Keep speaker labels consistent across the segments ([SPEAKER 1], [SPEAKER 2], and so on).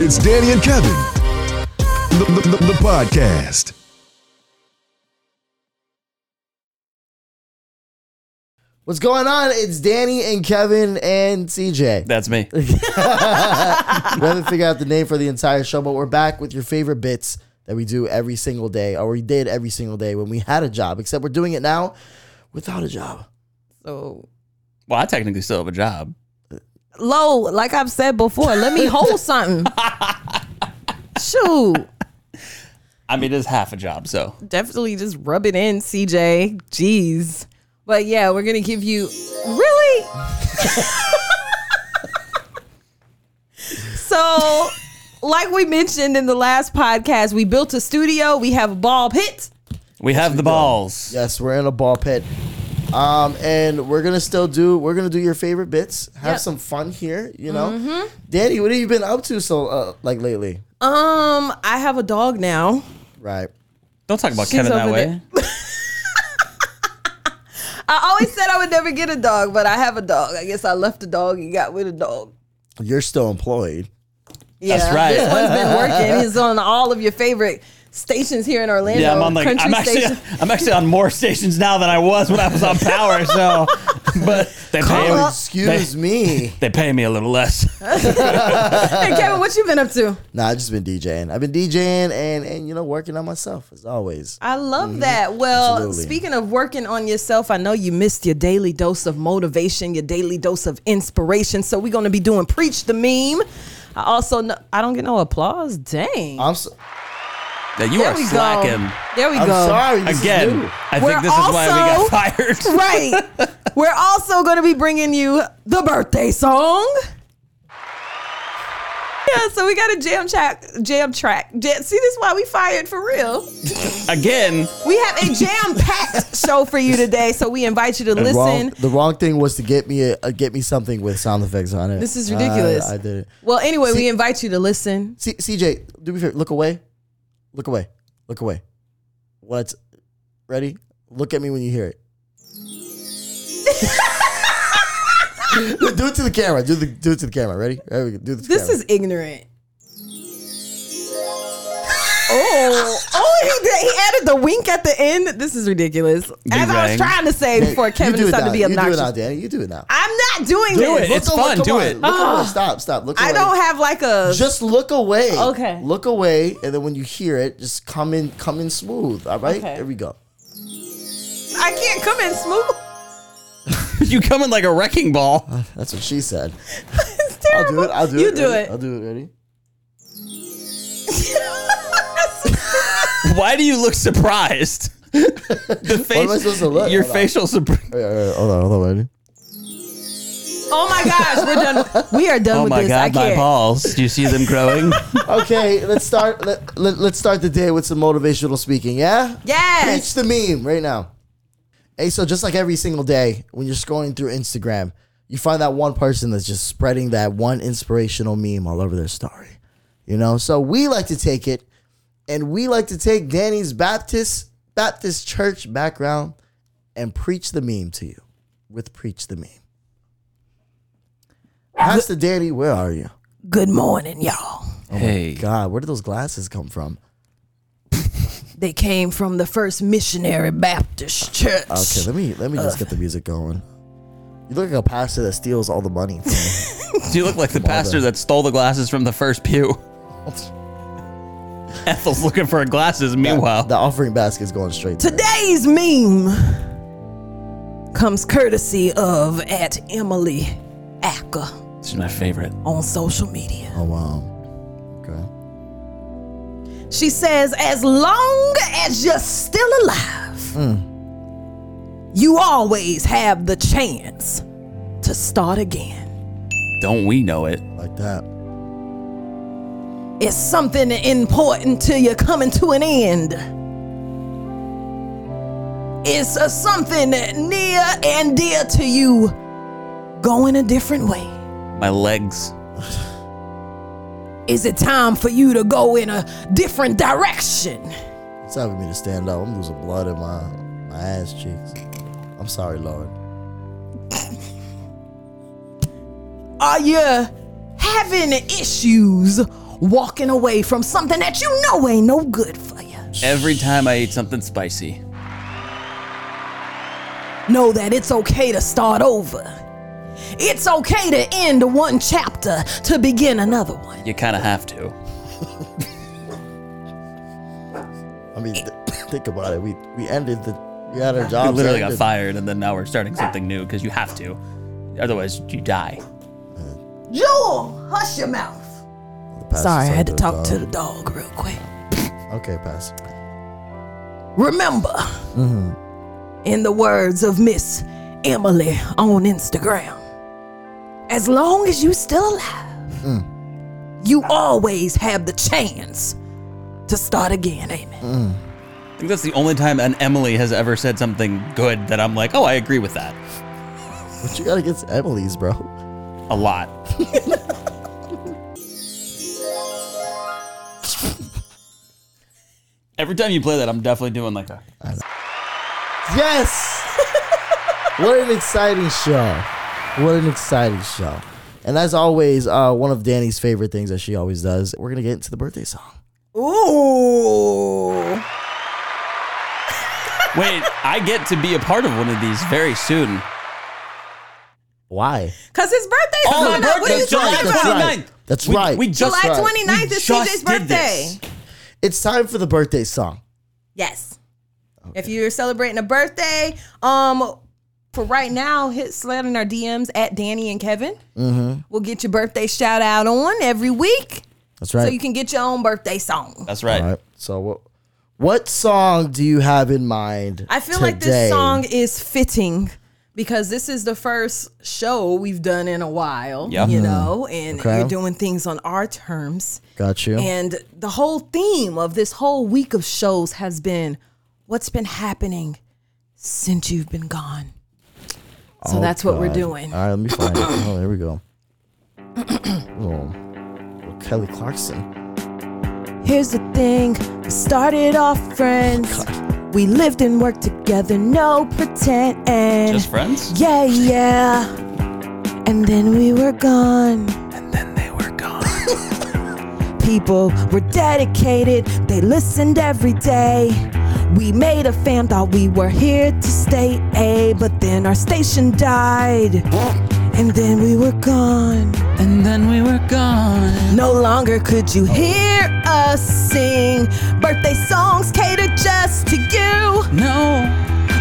[SPEAKER 1] It's Danny and Kevin, the, the, the, the podcast.
[SPEAKER 2] What's going on? It's Danny and Kevin and CJ.
[SPEAKER 3] That's me.
[SPEAKER 2] We haven't figured out the name for the entire show, but we're back with your favorite bits that we do every single day, or we did every single day when we had a job, except we're doing it now without a job.
[SPEAKER 4] So
[SPEAKER 3] Well, I technically still have a job.
[SPEAKER 4] low, like I've said before, let me hold something. Shoot.
[SPEAKER 3] I mean, it's half a job, so
[SPEAKER 4] Definitely just rub it in, CJ. Jeez. But yeah, we're gonna give you really So like we mentioned in the last podcast, we built a studio, we have a ball pit.
[SPEAKER 3] we have the balls.
[SPEAKER 2] Yes, we're in a ball pit. Um, and we're gonna still do we're gonna do your favorite bits, have
[SPEAKER 4] Yep.
[SPEAKER 2] some fun here, you know. Danny, what have you been up to so uh, like lately?
[SPEAKER 4] Um, I have a dog now.
[SPEAKER 2] Right.
[SPEAKER 3] Don't talk about
[SPEAKER 4] She's
[SPEAKER 3] Kevin that
[SPEAKER 4] over
[SPEAKER 3] way.
[SPEAKER 4] there. I always said I would never get a dog, but I have a dog. I guess I left a dog and got with a dog.
[SPEAKER 2] You're still employed.
[SPEAKER 4] Yeah,
[SPEAKER 3] That's right.
[SPEAKER 4] This one's been working. He's on all of your favorite stations here in Orlando.
[SPEAKER 3] Yeah, I'm on like
[SPEAKER 4] country
[SPEAKER 3] I'm actually
[SPEAKER 4] stations.
[SPEAKER 3] I'm actually on more stations now than I was when I was on power. So, but they pay
[SPEAKER 2] Oh,
[SPEAKER 3] me,
[SPEAKER 2] excuse me.
[SPEAKER 3] they pay me a little less.
[SPEAKER 4] Hey, Kevin, what you been up to?
[SPEAKER 2] Nah, I've just been DJing. I've been DJing and and you know working on myself as always.
[SPEAKER 4] I love
[SPEAKER 3] Mm,
[SPEAKER 4] that. Well,
[SPEAKER 2] Absolutely.
[SPEAKER 4] speaking of working on yourself, I know you missed your daily dose of motivation, your daily dose of inspiration. So we're going to be doing preach the meme. I also know, I don't get no applause. Dang.
[SPEAKER 2] I'm so,
[SPEAKER 3] Yeah, you
[SPEAKER 4] there
[SPEAKER 3] are
[SPEAKER 4] we go.
[SPEAKER 3] slacking
[SPEAKER 4] There we
[SPEAKER 2] I'm
[SPEAKER 4] go.
[SPEAKER 2] sorry this is
[SPEAKER 3] again.
[SPEAKER 2] new.
[SPEAKER 3] I
[SPEAKER 4] We're
[SPEAKER 3] think this is why we
[SPEAKER 4] also-
[SPEAKER 3] got fired.
[SPEAKER 4] Right. We're also going to be bringing you the birthday song. Yeah, so we got a jam track. Jam track. Jam, see, this is why we fired for real.
[SPEAKER 3] Again,
[SPEAKER 4] We have a jam packed show for you today, so we invite you to
[SPEAKER 2] The
[SPEAKER 4] listen.
[SPEAKER 2] wrong, the wrong thing was to get me a, uh, get me something with sound effects on it.
[SPEAKER 4] This is ridiculous.
[SPEAKER 2] I, I did it.
[SPEAKER 4] Well, anyway, we invite you to listen.
[SPEAKER 2] C- CJ, do me a favor. Look away. Look away. Look away. What? Ready? Look at me when you hear it. No, do it to the camera. Do the do it to the camera. Ready? There we go. Do it to the
[SPEAKER 4] This
[SPEAKER 2] camera.
[SPEAKER 4] is ignorant. Oh, oh, he did, he added the wink at the end. This is ridiculous. As I was
[SPEAKER 3] bang.
[SPEAKER 4] trying to say before Kevin
[SPEAKER 2] you do it
[SPEAKER 4] decided
[SPEAKER 2] now.
[SPEAKER 4] to be
[SPEAKER 2] You do it now,
[SPEAKER 4] obnoxious.
[SPEAKER 2] Danny. You do it now.
[SPEAKER 4] I'm not doing
[SPEAKER 3] Do it.
[SPEAKER 4] this.
[SPEAKER 3] It's
[SPEAKER 2] away.
[SPEAKER 3] fun.
[SPEAKER 2] Come
[SPEAKER 3] Do
[SPEAKER 2] on.
[SPEAKER 3] it.
[SPEAKER 2] Look away. Stop. Stop. Look away.
[SPEAKER 4] Ah. I don't have like a
[SPEAKER 2] Just look away.
[SPEAKER 4] Okay.
[SPEAKER 2] Look away, and then when you hear it, just come in, come in smooth. All right.
[SPEAKER 4] Okay.
[SPEAKER 2] There we go.
[SPEAKER 4] I can't come in smooth.
[SPEAKER 3] you come in like a wrecking ball.
[SPEAKER 2] That's what she said.
[SPEAKER 4] It's
[SPEAKER 2] I'll do
[SPEAKER 4] terrible.
[SPEAKER 2] it. I'll do
[SPEAKER 4] you
[SPEAKER 2] it.
[SPEAKER 4] do
[SPEAKER 2] Ready?
[SPEAKER 4] it.
[SPEAKER 2] I'll do it. Ready?
[SPEAKER 3] Why do you look surprised? the face,
[SPEAKER 2] am I supposed to look?
[SPEAKER 3] your
[SPEAKER 2] Hold on.
[SPEAKER 3] facial. surpri-
[SPEAKER 2] All right, all right, hold on. Hold on. Ready?
[SPEAKER 4] oh my gosh, we're done. We are done
[SPEAKER 3] Oh
[SPEAKER 4] with
[SPEAKER 3] my
[SPEAKER 4] this. I
[SPEAKER 3] god, my
[SPEAKER 4] can't.
[SPEAKER 3] balls! Do you see them growing?
[SPEAKER 2] Okay, let's start. Let, let, let's start the day with some motivational speaking. Yeah. Preach
[SPEAKER 4] Yes.
[SPEAKER 2] the meme right now. Hey, so just like every single day, when you're scrolling through Instagram, you find that one person that's just spreading that one inspirational meme all over their story. You know, so we like to take it, and we like to take Danny's Baptist Baptist church background and preach the meme to you with preach the meme. Pastor Danny, where are you?
[SPEAKER 4] Good morning, y'all.
[SPEAKER 3] hey,
[SPEAKER 2] God, where did those glasses come from?
[SPEAKER 4] They came from the First Missionary Baptist Church.
[SPEAKER 2] Okay, let me let me just get the music going. You look like a pastor that steals all the money. From
[SPEAKER 3] Do you look like the pastor that stole the glasses from the first pew? Ethel's looking for glasses. Meanwhile,
[SPEAKER 2] the offering basket's going straight. To
[SPEAKER 4] Today's meme comes courtesy of at Emily Acker
[SPEAKER 3] she's my favorite.
[SPEAKER 4] on social media.
[SPEAKER 2] oh wow. Okay.
[SPEAKER 4] She says, as long as you're still alive, you always have the chance to start again.
[SPEAKER 3] Don't we know it?
[SPEAKER 2] Like that.
[SPEAKER 4] It's something important till you're coming to an end. It's a something near and dear to you going a different way.
[SPEAKER 3] My legs.
[SPEAKER 4] Is it time for you to go in a different direction?
[SPEAKER 2] It's having me to stand up. I'm losing blood in my my ass cheeks. I'm sorry, Lord.
[SPEAKER 4] Are you having issues walking away from something that you know ain't no good for you.
[SPEAKER 5] Every time I eat something spicy,
[SPEAKER 4] Know that it's okay to start over. It's okay to end one chapter to begin another one.
[SPEAKER 5] you kind of have to.
[SPEAKER 2] I mean, th- think about it. We we ended the we had our
[SPEAKER 5] I
[SPEAKER 2] jobs.
[SPEAKER 5] literally got
[SPEAKER 2] ended.
[SPEAKER 5] fired, and then now we're starting something new because you have to. Otherwise, you die.
[SPEAKER 4] Jewel, hush your mouth.
[SPEAKER 2] Pass
[SPEAKER 4] Sorry, I
[SPEAKER 2] this
[SPEAKER 4] had to
[SPEAKER 2] over
[SPEAKER 4] talk to
[SPEAKER 2] dog.
[SPEAKER 4] the dog real quick.
[SPEAKER 2] Okay, pass.
[SPEAKER 4] Remember, Mm-hmm. in the words of Miss Emily on Instagram, as long as you still alive, you always have the chance to start again. Amen.
[SPEAKER 5] I think that's the only time an Emily has ever said something good that I'm like, oh, I agree with that.
[SPEAKER 2] But you gotta get to Emily's, bro.
[SPEAKER 5] A lot. Every time you play that, I'm definitely doing like a.
[SPEAKER 2] Yes. what an exciting show! What an exciting show! And as always, uh, one of Danny's favorite things that she always does. We're gonna get into the birthday song.
[SPEAKER 4] Mm. Ooh.
[SPEAKER 5] Wait, I get to be a part of one of these very soon.
[SPEAKER 2] Why?
[SPEAKER 4] Because his Oh, birthday's coming up. What are
[SPEAKER 5] Oh,
[SPEAKER 4] you
[SPEAKER 5] That's right,
[SPEAKER 4] talking
[SPEAKER 5] that's
[SPEAKER 4] about?
[SPEAKER 5] right.
[SPEAKER 2] That's
[SPEAKER 5] We-
[SPEAKER 2] right.
[SPEAKER 5] We just
[SPEAKER 4] July
[SPEAKER 2] right.
[SPEAKER 4] 29th
[SPEAKER 5] we
[SPEAKER 4] is
[SPEAKER 5] just
[SPEAKER 4] CJ's
[SPEAKER 5] did
[SPEAKER 4] birthday.
[SPEAKER 5] this.
[SPEAKER 2] It's time for the birthday song.
[SPEAKER 4] Yes. If you're celebrating a birthday, um, for right now, hit slide in our DMs at Danny and Kevin. We'll get your birthday shout out on every week,
[SPEAKER 2] That's right.
[SPEAKER 4] so you can get your own birthday song.
[SPEAKER 5] That's right.
[SPEAKER 2] All right. So what? What song do you have in mind?
[SPEAKER 4] I feel like
[SPEAKER 2] today?
[SPEAKER 4] this song is fitting because this is the first show we've done in a while.
[SPEAKER 5] Yeah.
[SPEAKER 4] You know, and
[SPEAKER 2] Okay.
[SPEAKER 4] you're doing things on our terms.
[SPEAKER 2] got you.
[SPEAKER 4] And the whole theme of this whole week of shows has been what's been happening since you've been gone. So
[SPEAKER 2] Oh,
[SPEAKER 4] that's what we're
[SPEAKER 2] God.
[SPEAKER 4] doing.
[SPEAKER 2] All right, let me find it. Oh, there we go. oh, well, Kelly Clarkson.
[SPEAKER 4] Here's the thing we started off friends. We lived and worked together, no pretend.
[SPEAKER 5] Just friends?
[SPEAKER 4] yeah, yeah. And then we were gone. People were dedicated, they listened every day. We made a fan, thought we were here to stay, a but then our station died. And then we were gone.
[SPEAKER 5] And then we were gone.
[SPEAKER 4] No longer could you hear us sing birthday songs catered just to you.
[SPEAKER 5] No.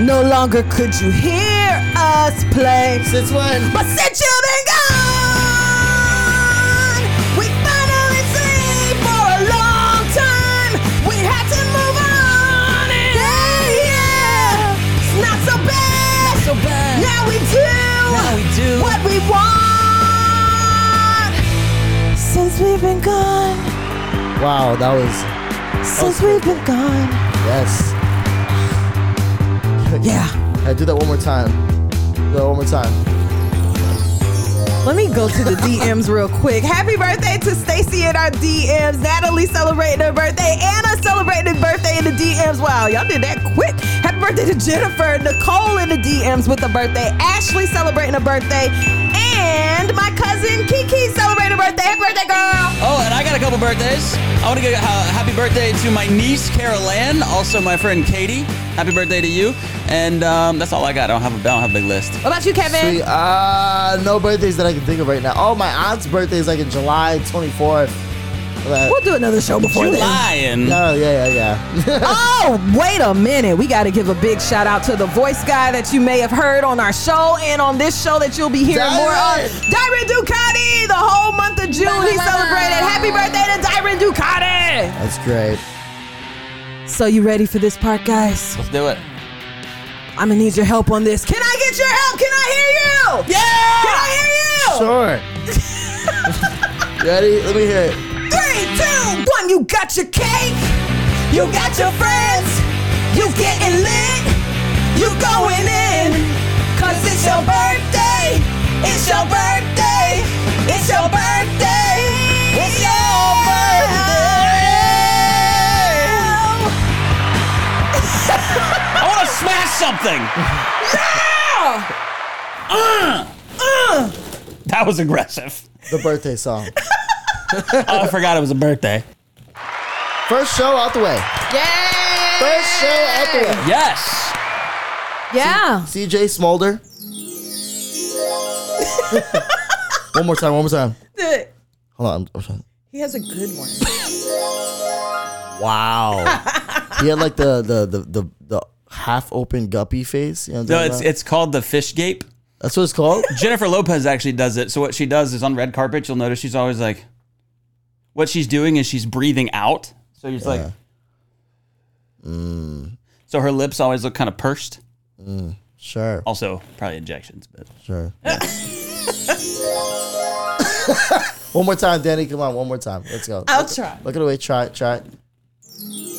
[SPEAKER 4] No longer could you hear us play.
[SPEAKER 2] Since when?
[SPEAKER 4] But since you've been gone, we finally see for a long time. We had to move on. And yeah, yeah. It's not so bad.
[SPEAKER 5] So bad.
[SPEAKER 4] Now we do.
[SPEAKER 5] Now we do.
[SPEAKER 4] What we want. Since we've been gone.
[SPEAKER 2] Wow, that was
[SPEAKER 4] Since we've been gone.
[SPEAKER 2] yes.
[SPEAKER 4] Yeah.
[SPEAKER 2] I do that one more time. Do that one more time.
[SPEAKER 4] Let me go to the DMs real quick. Happy birthday to Stacy in our DMs. Natalie celebrating her birthday. Anna celebrating her birthday in the DMs. Wow, y'all did that quick. Happy birthday to Jennifer. Nicole in the DMs with a birthday. Ashley celebrating her birthday. And my cousin Kiki celebrating her birthday. Happy birthday, girl.
[SPEAKER 5] Oh, and I got a couple birthdays. I want to give a ha- happy birthday to my niece, Carol Ann, also my friend Katie. Happy birthday to you. And um, that's all I got. I don't have a, I don't have a big list.
[SPEAKER 4] What about you, Kevin?
[SPEAKER 2] Sweet. Uh, no birthdays that I can think of right now. Oh, my aunt's birthday is like in July 24th. That-
[SPEAKER 4] We'll do another show before
[SPEAKER 5] You
[SPEAKER 4] then.
[SPEAKER 5] lying.
[SPEAKER 2] Oh, yeah, yeah, yeah.
[SPEAKER 4] Oh, wait a minute. We got to give a big shout out to the voice guy that you may have heard on our show and on this show that you'll be hearing more of.
[SPEAKER 2] Dyron!
[SPEAKER 4] Dyron Ducati, the whole month of June, he celebrated. Happy birthday to Dyron Ducati.
[SPEAKER 2] That's great.
[SPEAKER 4] So, you ready for this part, guys?
[SPEAKER 5] Let's do it.
[SPEAKER 4] I'm going to need your help on this. Can I get your help? Can I hear you?
[SPEAKER 5] Yeah!
[SPEAKER 4] Can I hear you?
[SPEAKER 2] Sure. Ready? Let me hear it.
[SPEAKER 4] Three, two, one. You got your cake. You got your friends. You getting lit. You going in. Cause it's your birthday. It's your birthday. It's your birthday. It's your birthday.
[SPEAKER 5] I want to smash something. Uh! That was aggressive.
[SPEAKER 2] the birthday song.
[SPEAKER 5] Oh, I forgot it was a birthday.
[SPEAKER 2] First show out the way.
[SPEAKER 4] Yay!
[SPEAKER 2] First show out the way.
[SPEAKER 5] Yes.
[SPEAKER 4] Yeah.
[SPEAKER 2] CJ Smolder. one more time, one more time. Hold on, I'm, I'm trying.
[SPEAKER 4] He has a good one.
[SPEAKER 2] Wow. he had like the the the the, the half open guppy face. You know what I'm
[SPEAKER 5] No,
[SPEAKER 2] talking
[SPEAKER 5] it's
[SPEAKER 2] about?
[SPEAKER 5] it's called the fish gape.
[SPEAKER 2] That's what it's called?
[SPEAKER 5] Jennifer Lopez actually does it. So what she does is on red carpet, you'll notice she's always like, what she's doing is she's breathing out. So you're just like,
[SPEAKER 4] Mm.
[SPEAKER 5] so her lips always look kind of pursed.
[SPEAKER 2] Sure.
[SPEAKER 5] Also, probably injections, but
[SPEAKER 2] Sure. one more time, Danny. Come on, one more time. Let's go.
[SPEAKER 4] I'll try.
[SPEAKER 2] Look at the way. Try it. Try it.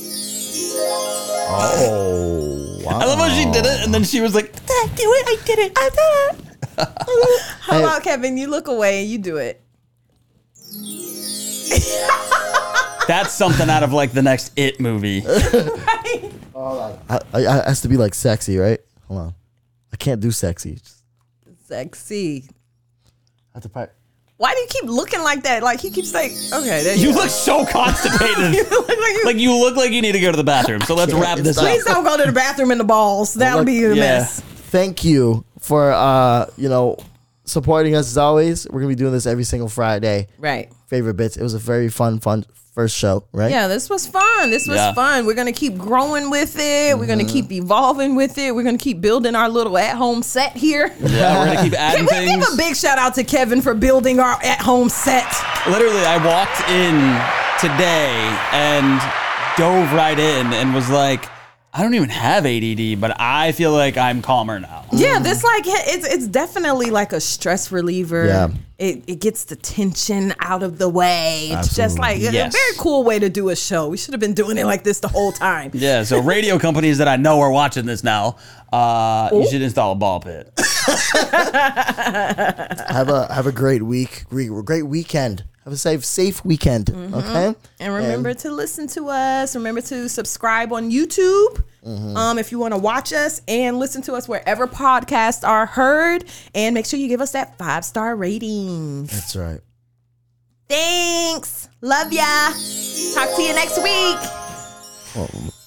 [SPEAKER 2] Oh wow!
[SPEAKER 5] I love how she did it, and then she was like,
[SPEAKER 4] Did I do it? I did it. I did it. How
[SPEAKER 2] Hey.
[SPEAKER 4] about Kevin? You look away and you do it.
[SPEAKER 5] "That's something out of like the next It movie."
[SPEAKER 2] I, I, I has to be like sexy, right? Hold on, I can't do sexy.
[SPEAKER 4] Sexy.
[SPEAKER 2] I have to pri-
[SPEAKER 4] Why do you keep looking like that? Like he keeps like, okay, there you,
[SPEAKER 5] You look so constipated.
[SPEAKER 4] look like you.
[SPEAKER 5] like you look like you need to go to the bathroom. So let's wrap this up.
[SPEAKER 4] Please don't go to the bathroom in the balls. That'll
[SPEAKER 2] look-
[SPEAKER 4] be a
[SPEAKER 5] Yeah.
[SPEAKER 4] mess.
[SPEAKER 2] Thank you for uh you know supporting us as always. We're gonna be doing this every single Friday.
[SPEAKER 4] Right.
[SPEAKER 2] Favorite bits. It was a very fun, fun first show, right?
[SPEAKER 4] Yeah, this was fun. This was
[SPEAKER 5] Yeah. Mm-hmm.
[SPEAKER 4] fun. We're gonna keep growing with it. We're gonna keep evolving with it. We're gonna keep building our little at-home set here.
[SPEAKER 5] Yeah, we're gonna keep adding
[SPEAKER 4] Can we give a
[SPEAKER 5] things.
[SPEAKER 4] big shout out to Kevin for building our at-home set?
[SPEAKER 5] Literally, I walked in today and dove right in and was like, "I don't even have ADD, but I feel like I'm calmer now."
[SPEAKER 4] Yeah, this like it's it's definitely like a stress reliever.
[SPEAKER 2] Yeah.
[SPEAKER 4] It it gets the tension out of the way. It's just like
[SPEAKER 5] Yes.
[SPEAKER 4] a very cool way to do a show. We should have been doing it like this the whole time.
[SPEAKER 5] Yeah, so radio companies that I know are watching this now, uh, you should install a ball pit.
[SPEAKER 2] Have a have a great week, great, great weekend. Have a safe, safe weekend. Okay.
[SPEAKER 4] Mm-hmm. And remember to listen to us. Remember to subscribe on YouTube. Um, if you want to watch us and listen to us wherever podcasts are heard, and make sure you give us that five star rating.
[SPEAKER 2] That's right.
[SPEAKER 4] Thanks. Love ya. Talk to you next week.
[SPEAKER 2] Well,